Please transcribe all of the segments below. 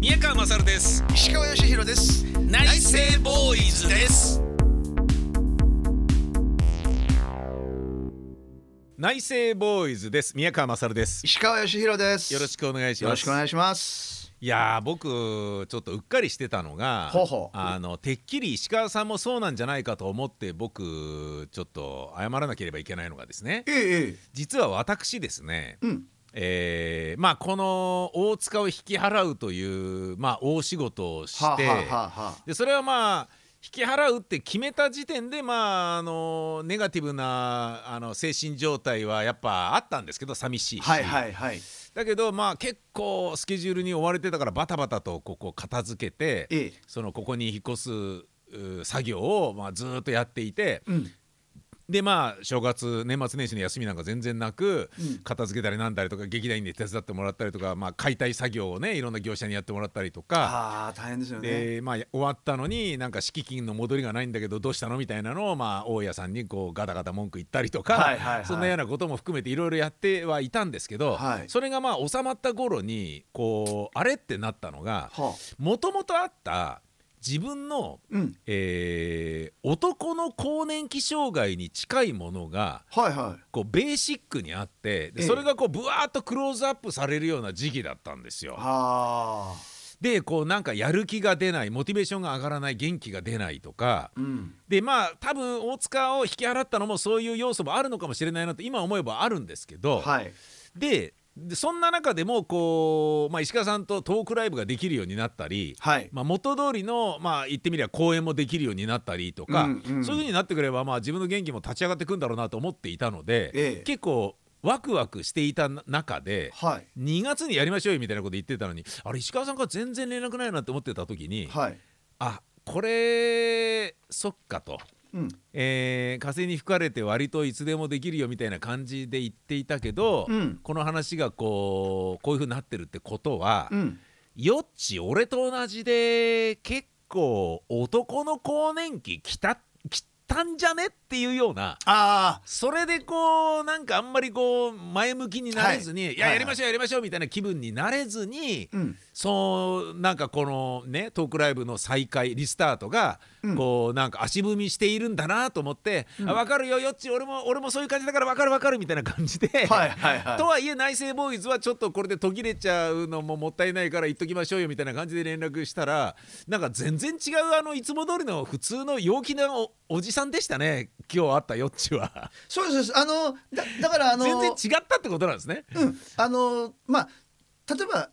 宮川勝です石川義弘です内政ボーイズです内政ボーイズです宮川勝です石川義弘ですよろしくお願いしますよろしくお願いしますいやー僕ちょっとうっかりしてたのがほうほうあのてっきり石川さんもそうなんじゃないかと思って僕ちょっと謝らなければいけないのがですねえええ実は私ですねえうんえーまあこの大塚を引き払うという、まあ、大仕事をして、はあ、はあはあはあでそれはまあ引き払うって決めた時点でまああのネガティブなあの精神状態はやっぱあったんですけど寂しいし、はいはいはいだけどまあ結構スケジュールに追われてたからバタバタとここ片付けて、ええそのここに引っ越すうー作業を、まあ、ずーっとやっていて、うんでまあ正月年末年始の休みなんか全然なく、うん片付けたりなんだりとか劇団員で手伝ってもらったりとか、まあ、解体作業をねいろんな業者にやってもらったりとか。ああ大変ですよねでまあ、終わったのになんか敷金の戻りがないんだけどどうしたのみたいなのを、まあ、大家さんにこうガタガタ文句言ったりとか、はいはいはいそんなようなことも含めていろいろやってはいたんですけど、はいそれがまあ収まった頃にこうあれってなったのがはあもともとあった自分のうんえー男の更年期障害に近いものがはいはいこうベーシックにあってえでえそれがこうブワーッとクローズアップされるような時期だったんですよ。はあでこうなんかやる気が出ないモチベーションが上がらない元気が出ないとかうんでまあ多分大塚を引き払ったのもそういう要素もあるのかもしれないなと今思えばあるんですけど、はいででそんな中でもこう、まあ、石川さんとトークライブができるようになったり、はいまあ、元通りの、まあ、言ってみれば公演もできるようになったりとか、うんうんそういう風になってくれば、まあ、自分の元気も立ち上がってくんだろうなと思っていたので、ええ結構ワクワクしていた中ではい2月にやりましょうよみたいなこと言ってたのにあれ石川さんから全然連絡ないなって思ってた時に、はいあこれそっかと。うんえー風に吹かれて割といつでもできるよみたいな感じで言っていたけど、うんこの話がこうこういうふうになってるってことは、うんよっち俺と同じで結構男の更年期きたきたんじゃねっていうようなああそれでこうなんかあんまりこう前向きになれずに、、はいいやはいやりましょうやりましょうみたいな気分になれずに、うんそうなんかこのねトークライブの再開リスタートが、うんこうなんか足踏みしているんだなと思って、あ分かるよよっち俺も俺もそういう感じだから分かる分かるみたいな感じで。はいはいはいとはいえ内政ボーイズはちょっとこれで途切れちゃうのももったいないから言っときましょうよみたいな感じで連絡したらなんか全然違うあのいつも通りの普通の陽気なおおじさんでしたね今日会ったよっちは、そうですそうですあのだだからあの全然違ったってことなんですね。うんあのまあ例えば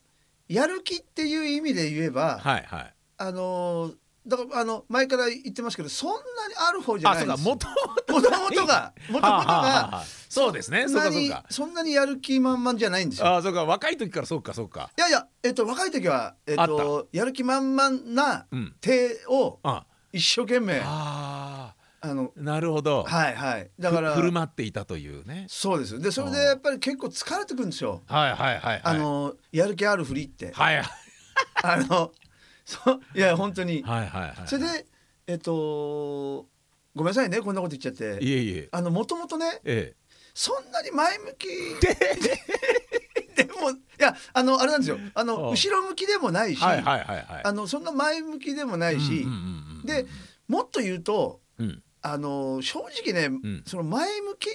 やる気っていう意味で言えばはいはいあのーだからあの前から言ってますけどそんなにある方じゃあなそいうでか元すも ともとがはもともとあはあはがあそうですねそうかそんなそうにかそんなにやる気満々じゃないんですよ。あそうか若い時からそうかそうかいやいや、えっと、若い時は、えっあと、やる気満々なうん手をあ一生懸命、ああのーなるほどはいはいだからふ振る舞っていたというねそうですでそれでやっぱり結構疲れてくるんですよ、はいはいはいはいあのーやる気あるふりって、はいはいあのそういや本当に、はいはいそれでえっとごめんなさいねこんなこと言っちゃっいてえいえあのもともとねええそんなに前向き でもいやあのあれなんですよあああの後ろ向きでもないし、はいはいはいはいあのそんな前向きでもないうんうし、んうんうんでもっと言うとうんあの正直ね、んその前向き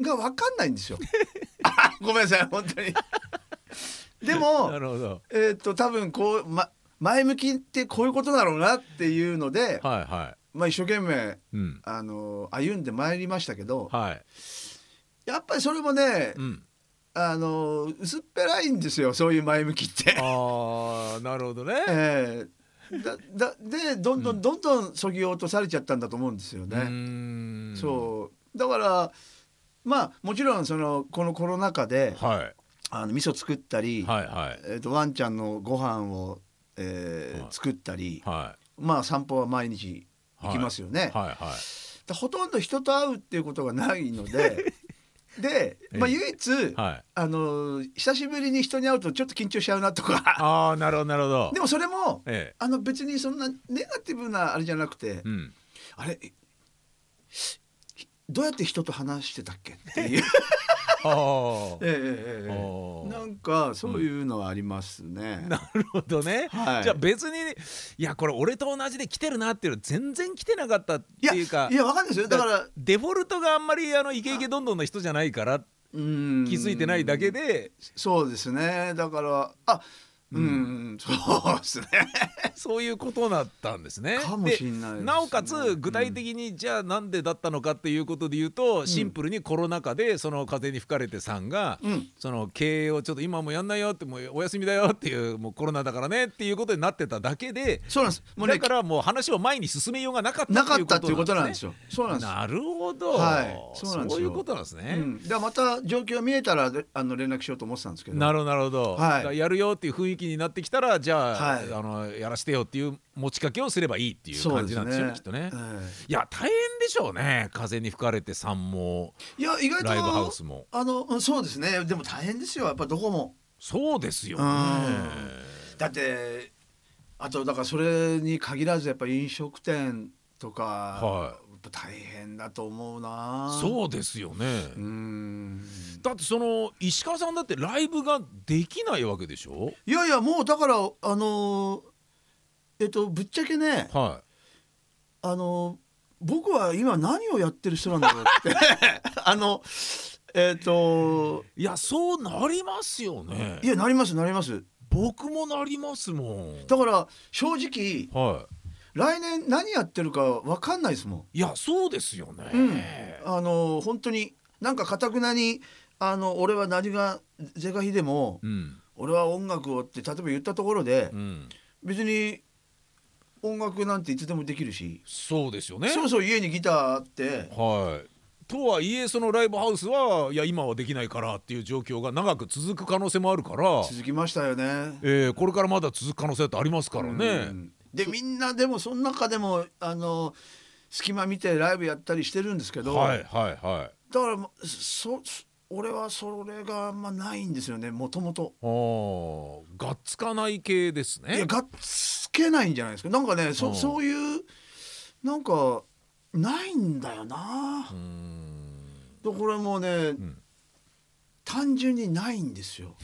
が分かんない んですよ。あごめんなさい本当に。でなもるほどえっと多分こう、ま、前向きってこういうことだろうなっていうので、はいはまあ、一生懸命いうんあの歩んでまいりましたけどはいやっぱりそれもね、うんあの薄っぺらいんですよそういう前向きって。ああなるほどね えーだだでどんどんどんどんそぎ落とされちゃったんだと思うんですようーね。んそうだからまあもちろんそのこのコロナ禍ではあの味噌作ったいり、はいはいえー、とワンちゃんのご飯を、えーはい作ったり、はまあ散歩は毎日行きますよね。いはいはいでほとんど人と会うっていうことがない のでで、まあ、ええ唯一、はいあの久しぶりに人に会うとちょっと緊張しちゃうなとかああなるほどなるほどでもそれもええあの別にそんなネガティブなあれじゃなくて、 うんあれえどうやって人と話してたっけっていうあえええええおえーなんかそういうのはありますねあ。なるほどね、はいじゃあ別にいやこれ俺と同じで来てるなっていうの全然来てなかったっていうかいやわかんないですよ。だからデフォルトがあんまりあのイケイケどんどんの人じゃないから気気づづいてないだけ。でそうですね。だからあうん、そうですね。そういうことだったんですね。かもしれないですねでなおかつ具体的にじゃあなんでだったのかっていうことで言うとシンプルにコロナ禍でその風に吹かれてさんがうんその経営をちょっと今もうやんないよってもうお休みだよっていうもうコロナだからねっていうことになってただけでそうなんです。もうだねからもう話を前に進めようがなかったなかったっていうことなんですよ。よ。そうなんです。なるほど、はいそそううなんですよいうことなんですね。うん、でまた状況見えたらであの連絡しようと思ってたんですけど。なるほどなるほど、はいだからやるよっていう雰囲気になってきたらじゃあ,、はいあのやらせてよっていう持ちかけをすればいいっていうそう感でじすなんですよねきっとね。ええいや大変でしょうね風に吹かれてさんもいや意外とライブハウスもあのうんそうですねでも大変ですよやっぱどこもそうですようねんだってあとだからそれに限らずやっぱ飲食店とか、はやっぱ大変だと思うなそうですよね、ううんだってその石川さんだってライブができないわけでしょいやいやもうだからあのーえっとぶっちゃけねはあの僕は今何をやってる人なんだろう ってあのえっといいやそうなりますよねいやなりますなります僕もなりますもんだから正直は来年何やってるかわかんないですもん。いいやそうですよね、あの本当になんかかたくなにあの俺は何が是が非でも、うん俺は音楽をって例えば言ったところで、うん、別に音楽なんていつでもできるし、そうですよねそうそう家にギターあって、はい。とはいえそのライブハウスはいや今はできないからっていう状況が長く続く可能性もあるから、続きましたよね。えーこれからまだ続く可能性ってありますからうね。んでみんなでもその中でもあの隙間見てライブやったりしてるんですけど、はいはいはい。だからもうそそ俺はそれがあんまないんですよねもともと。あーがっつかない系ですいやね。がっつけないんじゃないですかなんかねそ,、ううんそういうなんかないんだよなうー、んでこれもうね、ん単純にないんで すよ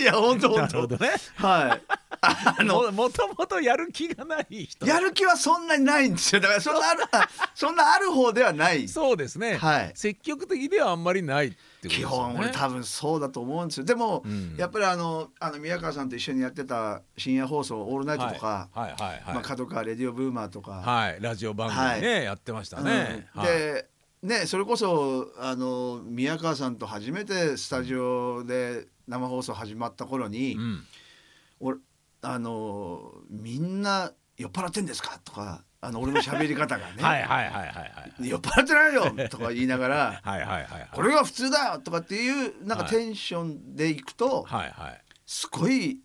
いや本当な本るほ当どね。はいああののもともとやる気がない人。やる気はそんなにないんですよだからそんな あるそんなある方ではないそうですね。はい積極的ではあんまりないってことです基よね。本俺多分そうだと思うんですよでも、うんやっぱりあのあの宮川さんと一緒にやってた深夜放送「オールナイト」とか、はいはいはいはいまあ、角川レディオブーマーとか、はいラジオ番組ね、やってましたね。うんはいで、ね、それこそあの宮川さんと初めてスタジオで生放送始まった頃に、うん俺あのみんな酔っ払ってんですかとかあの俺の喋り方が ね、はいはいはいはいはい。酔っ払ってないよと か言いながらはいはいはいはい。これが普通だよとかっていうなんかはいテンションでいくと、はいはい。すごい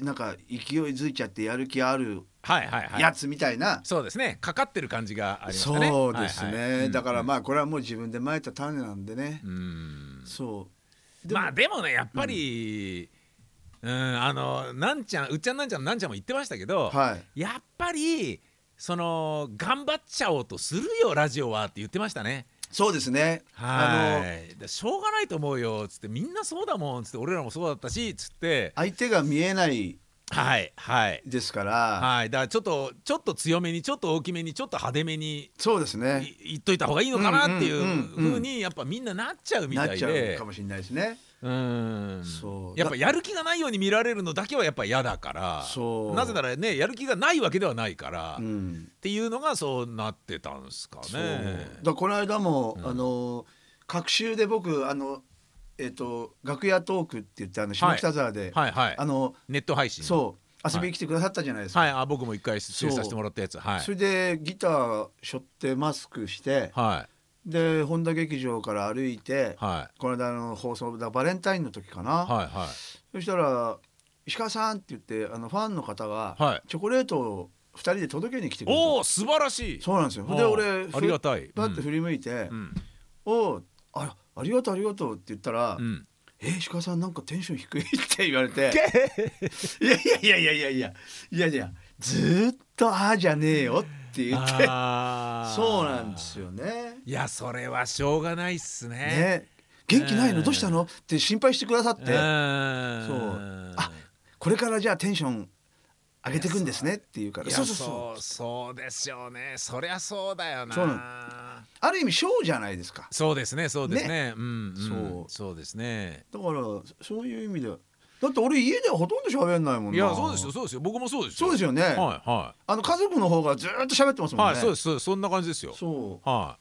なんか勢いづいちゃってやる気あるはいはいはい。やつみたいな。そうですね。かかってる感じがありましたね。そうですね、はいはいだからまあこれはもう自分でまいた種なんでね、うんうんそうでもまあでもねやっぱり、うん、あのなんちゃんうっちゃんなんちゃんなんちゃんも言ってましたけど、はいやっぱりその頑張っちゃおうとするよラジオはって言ってましたね。そうですねはあのい。でしょうがないと思うよつってみんなそうだもんつって俺らもそうだったしつって相手が見えないはいはい。ですから、はい、だからちょっとちょっと強めにちょっと大きめにちょっと派手めにそうですねい言っといた方がいいのかなっていううんうんうんうん風にやっぱみんななっちゃうみなたっいちゃうでかもしれないですねうんそうやっぱやる気がないように見られるのだけはやっぱ嫌だからそうなぜならねやる気がないわけではないから、うっんていうのがそうなってたんですかそうね。だからこの間も、あの隔週で僕あのえっ、と楽屋トークって言ってあの下北沢で、はいはいあのネット配信そう遊びに来てくださったじゃないですか、はいあ僕も一回出演させてもらったやつはいそれでギター背負ってマスクして、はいで本田劇場から歩いて、はいこの間の放送だバレンタインの時かはな、いはそしたら「石川さん」って言ってあのファンの方はがいチョコレートを2人で届けに来ていくれた、おお素晴らしいそうなんですよでおー俺ふありがたいパッと振り向いて「うんおおあらありがとうありがとう」って言ったら「うんえ石川さんなんかテンション低い」って言わ れて「いやいやいやいやいやいやいやいやずーっとああじゃねえよ」っって言っ てあーそうなんですよね。いやそれはしょうがないっすねね元気ないのうんどうしたのって心配してくださっうんてそうあこれからじゃあテンション上げていくんですねっていうかいらやそそううそうそそううですよねそりゃそうだよなそうある意味ショーじゃないですかそうですねそうですねうん、うん、そうそうですねだからそういう意味ではだって俺家ではほとんど喋んないもんないやそうですよそうですよ僕もそうですよそうですよよね、はいはあの家族の方がずーっと喋ってますい、もんね、はいそうですそうですそんな感じですよそうは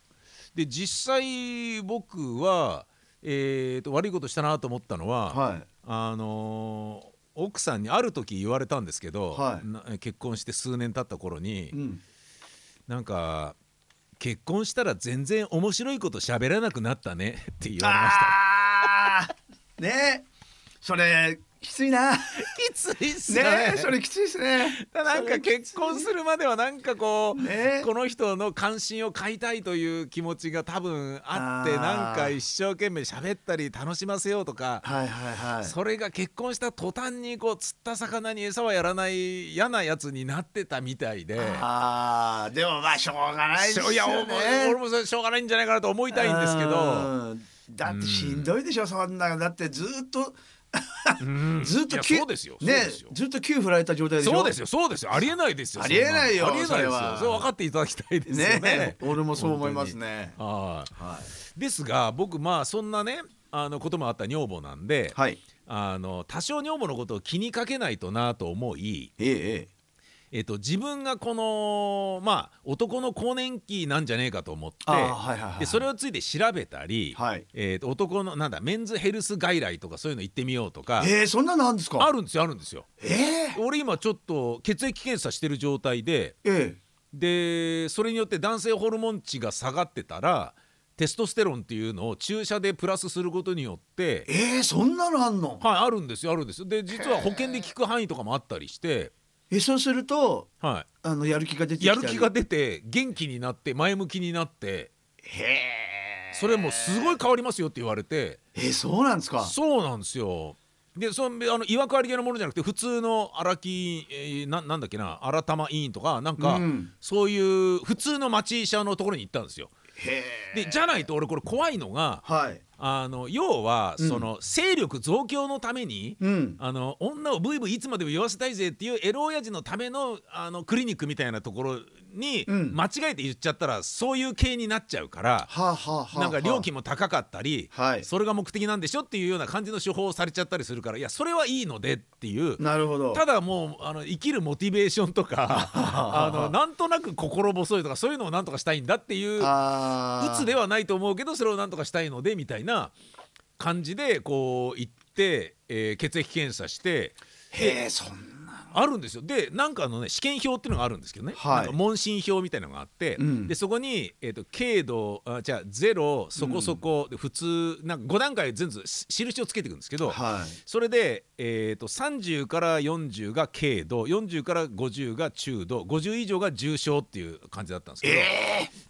い、で実際僕は、えー、と悪いことしたなと思ったのは、はいあのー奥さんにある時言われたんですけど、はいな結婚して数年経った頃に、うん、なんか結婚したら全然面白いこと喋らなくなったねって言われました。あーねそれきつい なねきついっす それきついですねなんか結婚するまではなんかこう、ねこの人の関心を買いたいという気持ちが多分あってあーなんか一生懸命喋ったり楽しませようとか、はいはいはいそれが結婚した途端にこう釣った魚に餌はやらない嫌なやつになってたみたいで。ああでもまあしょうがないですよいねやおも俺もそれしょうがないんじゃないかなと思いたいんですけど、うんだってしんどいでしょそんなだってずーっとうんずっいとや急そうですよ、ねそうですよずっと急振られた状態でしょそうですよそうですよありえないですよありえないよそんのありえないですよそれはそれ分かっていただきたいですよねね俺もそう思いますねはいはですが僕まあそんなねあのこともあった女房なんで、い、はい、あの多少女房のことを気にかけないとなと思い、ええええっと、自分がこのまあ男の更年期なんじゃねえかと思ってあーはいはいはいでそれをついて調べたり、はいえっと男のなんだメンズヘルス外来とかそういうの行ってみようとかえええそんなのあるんですかあるんですよあるんですよ。ええ俺今ちょっと血液検査してる状態でえでそれによって男性ホルモン値が下がってたらテストステロンっていうのを注射でプラスすることによってえええそんなのあんのはいあるんですよあるんですよで実は保険で効く範囲とかもあったりして、えそうするとはあのやる気が出てい、きたやりる気が出て元気になって前向きになってへえそれもうすごい変わりますよって言われてええそうなんですかそうなんですよでそのあの違和感ありげなものじゃなくて普通の荒木、えーななんだっけな荒玉委員とかなんか、うんそういう普通の町医者のところに行ったんですよ。へえでじゃないと俺これ怖いのがはいあの要はうんその、勢力増強のために、うんあの女をブイブイいつまでも言わせたいぜっていうエロ親父のためのあのクリニックみたいなところに、うん間違えて言っちゃったらそういう系になっちゃうから。はあ、はあはあ、なんか料金も高かったり、はいそれが目的なんでしょっていうような感じの手法をされちゃったりするからいやそれはいいのでっていうなるほどただもうあの生きるモチベーションと かあのなんとなく心細いとかそういうのをなんとかしたいんだっていうあ鬱ではないと思うけどそれをなんとかしたいのでみたいな感じでこう行って、えー血液検査してへえそんなあるんですよでなんかあのね試験票っていうのがあるんですけどね、はいなんか問診票みたいなのがあって、うんでそこに、えー、と軽度あじゃあゼロそこそこ、で普通なんか5段階全部し印をつけていくんですけど、はいそれで、えー、と30から40が軽度40から50が中度50以上が重症っていう感じだったんですけど、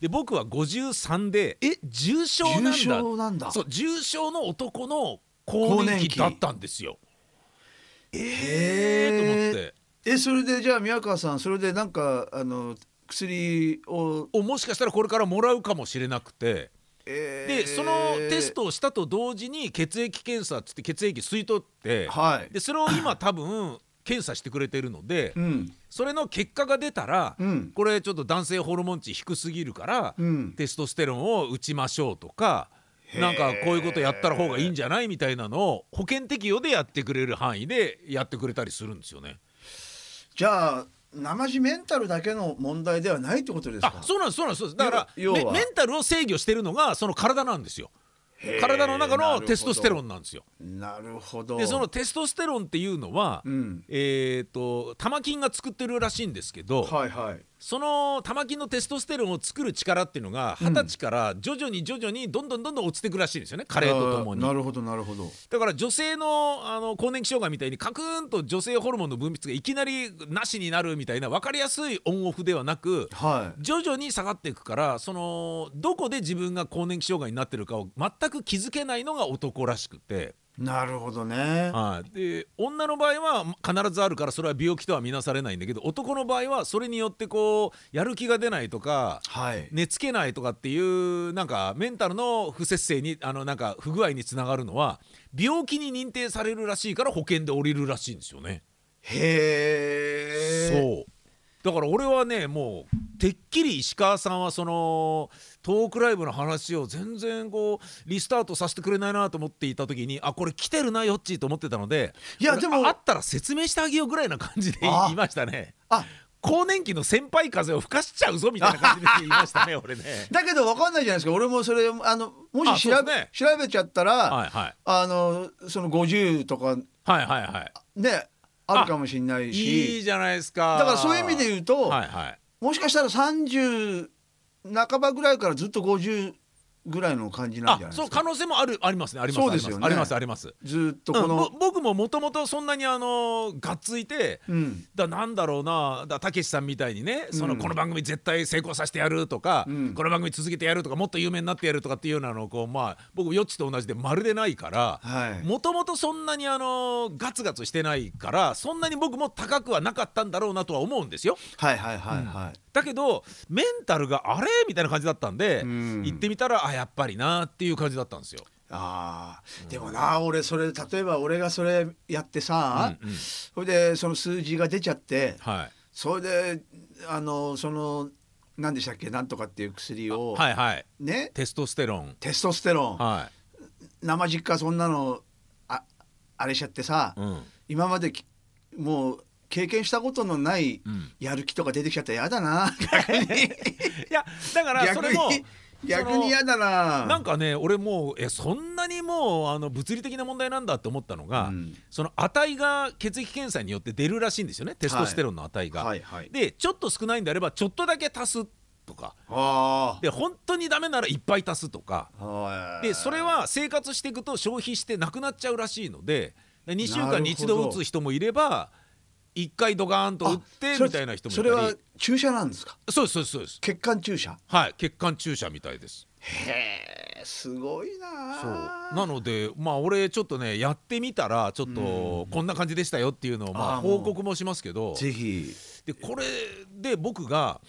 で僕は53でえ重症なんだ重症なんだそう重症の男の更年期だったんですよ。えー、と思ってえそれでじゃあ宮川さんそれでなんかあの薬をおもしかしたらこれからもらうかもしれなくて。えーでそのテストをしたと同時に血液検査っつって血液吸い取って、はいでそれを今多分検査してくれてるので、うんそれの結果が出たら、うんこれちょっと男性ホルモン値低すぎるから、うんテストステロンを打ちましょうとかなんかこういうことやったら方がいいんじゃないみたいなのを保険適用でやってくれる範囲でやってくれたりするんですよね。じゃあ生地メンタルだけの問題ではないってことですかあそうなんですそうなんですそうですだから要要メはメンタルを制御してるのがその体なんですよへー体の中なるのほどテストステロンなんですよ。なるほどでそのテストステロンっていうのは、うんえー、と玉菌が作ってるらしいんですけど、はいはいその玉金のテストステロンを作る力っていうのが二十歳から徐々に徐々にどんどんどんどん落ちていくらしいんですよね加齢とともにあーなるほどなるほどだから女性のあの更年期障害みたいにカクーンと女性ホルモンの分泌がいきなりなしになるみたいな分かりやすいオンオフではなくはい徐々に下がっていくからそのどこで自分が更年期障害になってるかを全く気づけないのが男らしくてなるほどねはい、で女の場合は必ずあるからそれは病気とは見なされないんだけど男の場合はそれによってこうやる気が出ないとかはい寝つけないとかっていうなんかメンタルの不節制にあのなんか不具合につながるのは病気に認定されるらしいから保険で降りるらしいんですよね。へえうそうだから俺はねもうてっきり石川さんはそのトークライブの話を全然こうリスタートさせてくれないなと思っていた時にあこれ来てるなよっちーと思ってたのでいや俺でもあったら説明してあげようぐらいな感じであ言いましたねあ更年期の先輩風を吹かしちゃうぞみたいな感じで言いま したね俺ねだけど分かんないじゃないですか俺もそれあのもあし調そべ,、うで調べちゃったら、はいはいあのその50とかはいはいはいねあるかもしれないしいいじゃないですかだからそういう意味で言うと、はいはいもしかしたら30半ばぐらいからずっと50ぐらいの感じなんあじゃないでそうすか可能性もあるありますねありますそうですよねありますありますずっとうこんぼの、僕ももともとそんなにあのがっついてうんだなんだろうなだたけしさんみたいにねその、うんこの番組絶対成功させてやるとか、うんこの番組続けてやるとかもっと有名になってやるとかっていうようなのをこうまあ僕よっちと同じでまるでないから。はいもともとそんなにあのガツガツしてないからそんなに僕も高くはなかったんだろうなとは思うんですよはいはいはいはい、だけどメンタルがあれみたいな感じだったんで、うん行ってみたらあやっぱりなっていう感じだったんですよ。あーでもな俺それ例えば俺がそれやってさ、うんうんそれでその数字が出ちゃってはい、それであのその何でしたっけなんとかっていう薬を、はいはいねテストステロン、テストステロン、は生実家そんなのああれしちゃってさ、いうん今まできもう経験したことのないうんやる気とか出てきちゃったらや だな逆にいやだからそ逆れもに逆そのにやだななんかね俺もうえそんなにもうあの物理的な問題なんだって思ったのが、うんその値が血液検査によって出るらしいんですよねテストステロンの値が。はいはいでちょっと少ないんであればちょっとだけ足すとかあーで本当にダメならいっぱい足すとかあーでそれは生活していくと消費してなくなっちゃうらしいので2週な間るほどに1度打つ人もいれば1回ドガーンと打ってみたいな人もいたそりれは注射なんですかそうですそうですそうです血管注射はい血管注射みたいです。へえすごいなそうなのでまあ俺ちょっとねやってみたらちょっとこんな感じでしたよっていうのをまああーもう報告もしますけどぜひでこれで僕が。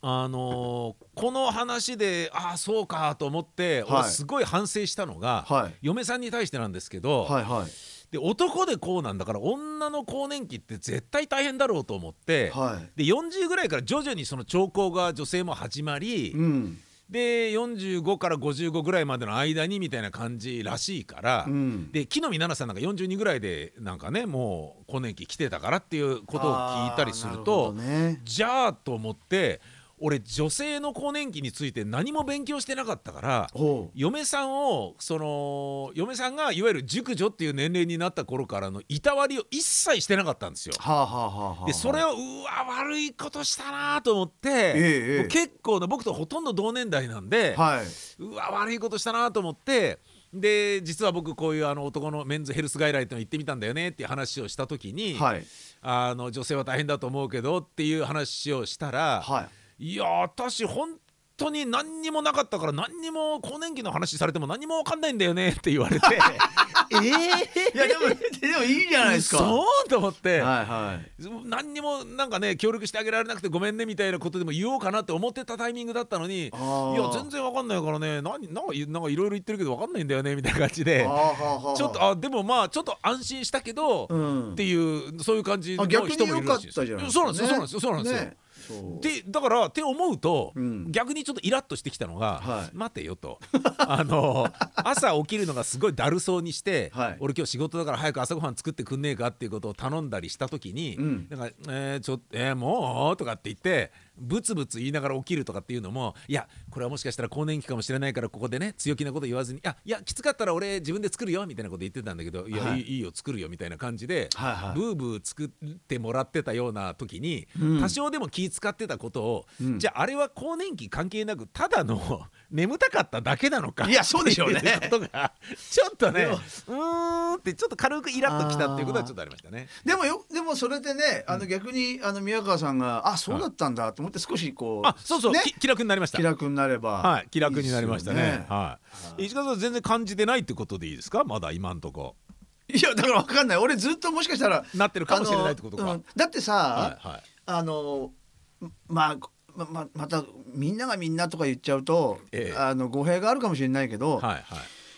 あのーこの話でああそうかと思って、はい俺すごい反省したのが、はい嫁さんに対してなんですけど、はいはいで男でこうなんだから女の更年期って絶対大変だろうと思って、はいで40ぐらいから徐々にその兆候が女性も始まり、うんで45から55ぐらいまでの間にみたいな感じらしいから、うんで木の実奈々さんなんか42ぐらいでなんかねもう更年期来てたからっていうことを聞いたりするとあーなるほどねじゃあと思って俺女性の更年期について何も勉強してなかったからほう嫁さんをその嫁さんがいわゆる熟女っていう年齢になった頃からのいたわりを一切してなかったんですよ。はあはあはあはあでそれはをうわ悪いことしたなと思って、ええもう結構な僕とほとんど同年代なんで、はいうわ悪いことしたなと思ってで実は僕こういうあの男のメンズヘルス外来っての行ってみたんだよねっていう話をした時に、はいあの女性は大変だと思うけどっていう話をしたら、はいい、や私本当に何にもなかったから何にも更年期の話されても何にも分かんないんだよねって言われてえいやでもでもいいじ ゃないですかそうと思って、はいはい何にもなんかね協力してあげられなくてごめんねみたいなことでも言おうかなって思ってたタイミングだったのにいあーや全然わかんないからね何なんかいなんかいろいろ言ってるけどわかんないんだよねみたいな感じではあはあはあちょっとあでもまあちょっと安心したけど、うんっていうそういう感じのあ人も逆いにる良らかっしいですたじゃないですそうかなんねですよそうなんですよそうなんですよ、ねそうでだからって思うと、うん逆にちょっとイラッとしてきたのが「はい待てよ」と あの朝起きるのがすごいだるそうにして、はい俺今日仕事だから早く朝ごはん作ってくんねえかっていうことを頼んだりした時に「うんなんかえーちょえーもう?」とかって言ってブツブツ言いながら起きるとかっていうのもいやこれはもしかしたら更年期かもしれないからここでね強気なこと言わずに「あいやきつかったら俺自分で作るよ」みたいなこと言ってたんだけど「いや、はいい、いいよ作るよ」みたいな感じで、はいはいブーブー作ってもらってたような時に、うん多少でも気使ってたことを、うんじゃああれは更年期関係なくただの 眠たかっただけなのかいやそうでしょうねっていうことがちょっとねでうもーんってちょっと軽くイラッときたっていうことはちょっとありましたね。でもよでもそれでねあの逆にあの宮川さんがあそうだったんだと思って少しこうあそうそう、ねき気楽になりました気楽になればはい、気楽になりましたねいいっすよはい、石川さん全然感じてないってことでいいですかまだ今んとこいやだからわかんない俺ずっともしかしたらなってるかもしれないってことか、あのうんだってはさ、いはいあのまあまままたみんながみんなとか言っちゃうと、ええあの語弊があるかもしれないけど、はいはい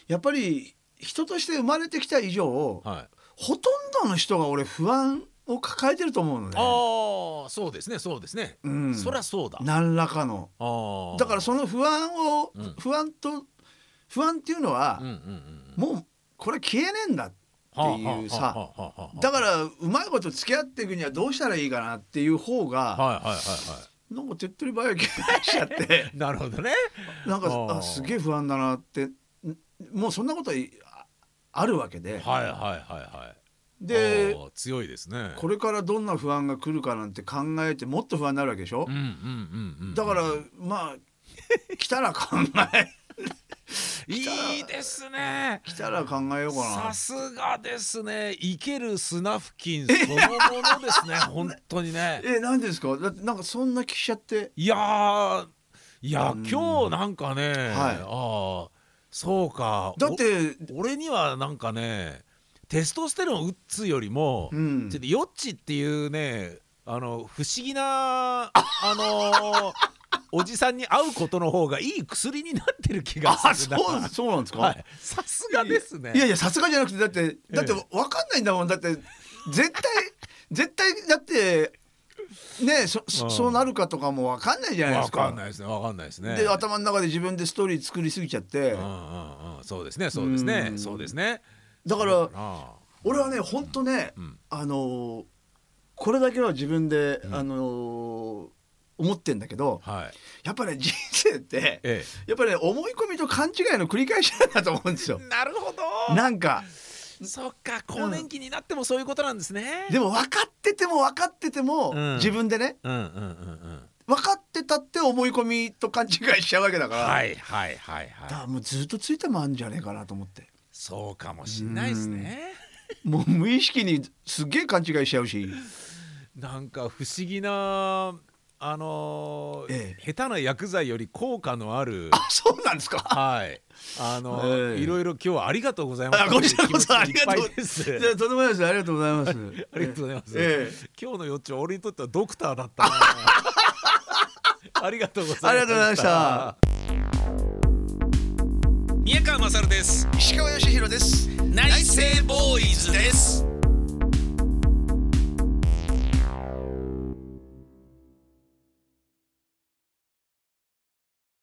やっぱり人として生まれてきた以上、はいほとんどの人が俺不安を抱えてると思うのね。ああそうですねそうですね、うんそりゃそうだ何らかのあーだからその不安を、うん不安と不安っていうのはうん、うんうんもうこれ消えねえんだっていうさはあはあはあはあだからうまいこと付き合っていくにはどうしたらいいかなっていう方がはいはいはいはなんか手っ取り早い気がしちゃって いなるほどねなんあーかあすげえ不安だなってんもうそんなこといああるわけはで、いはいはいはいであー強いですねこれからどんな不安が来るかなんて考えてもっと不安になるわけでしょうんうんうんうんだからまあ来たら考え いいですね来たら考えようかなさすがですね生ける砂付近そのものですね本当にねえ何ですかだってなんかそんな聞きちゃっていやーいやうん今日なんかね、はいああそうかだってお俺にはなんかねテストステロン打つよりも、うんちょっとヨッチっていうねあの不思議 なあのーおじさんに会うことの方がいい薬になってる気があするなそうそうなんですか、はい、さすがですねいやいやさすがじゃなくてだってだってえわかんないんだもんだって絶対 絶対だってねそそうんそうなるかとかもわかんないじゃないでわすか。かんないですねわかんないですねで頭の中で自分でストーリー作りすぎちゃってうんうんうんそうですねそうですねうんそうですねだからあ俺はねほんとね、んあのーこれだけは自分で、んあのー思ってんだけどあはいやっぱね人生ってえやっぱり、ね、思い込みと勘違いの繰り返しなんだと思うんですよえ。なるほどなんかそっか更年期になってもそういうことなんですねでも分かってても分かってても、うん自分でねうんうんうんうん分かってたって思い込みと勘違いしちゃうわけだから、はいはいはいだかはいらもうずっとついてもあんじゃねえかなと思ってそうかもしんないですねもう無意識にすっげえ勘違いしちゃうしなんか不思議なあのーえ下手な薬剤より効果のあるあそうなんですかはいあのーええいろいろ今日はありがとうございましたあこちらこそっていう気持ちでいっぱいですじゃあとんでもないですありがとうございますありがとうございます。ええ今日の予兆、俺にとってはドクターだ ったな。ありがとうございました。ありがとうございました。宮川勝です。石川義弘です内政ボーイズです。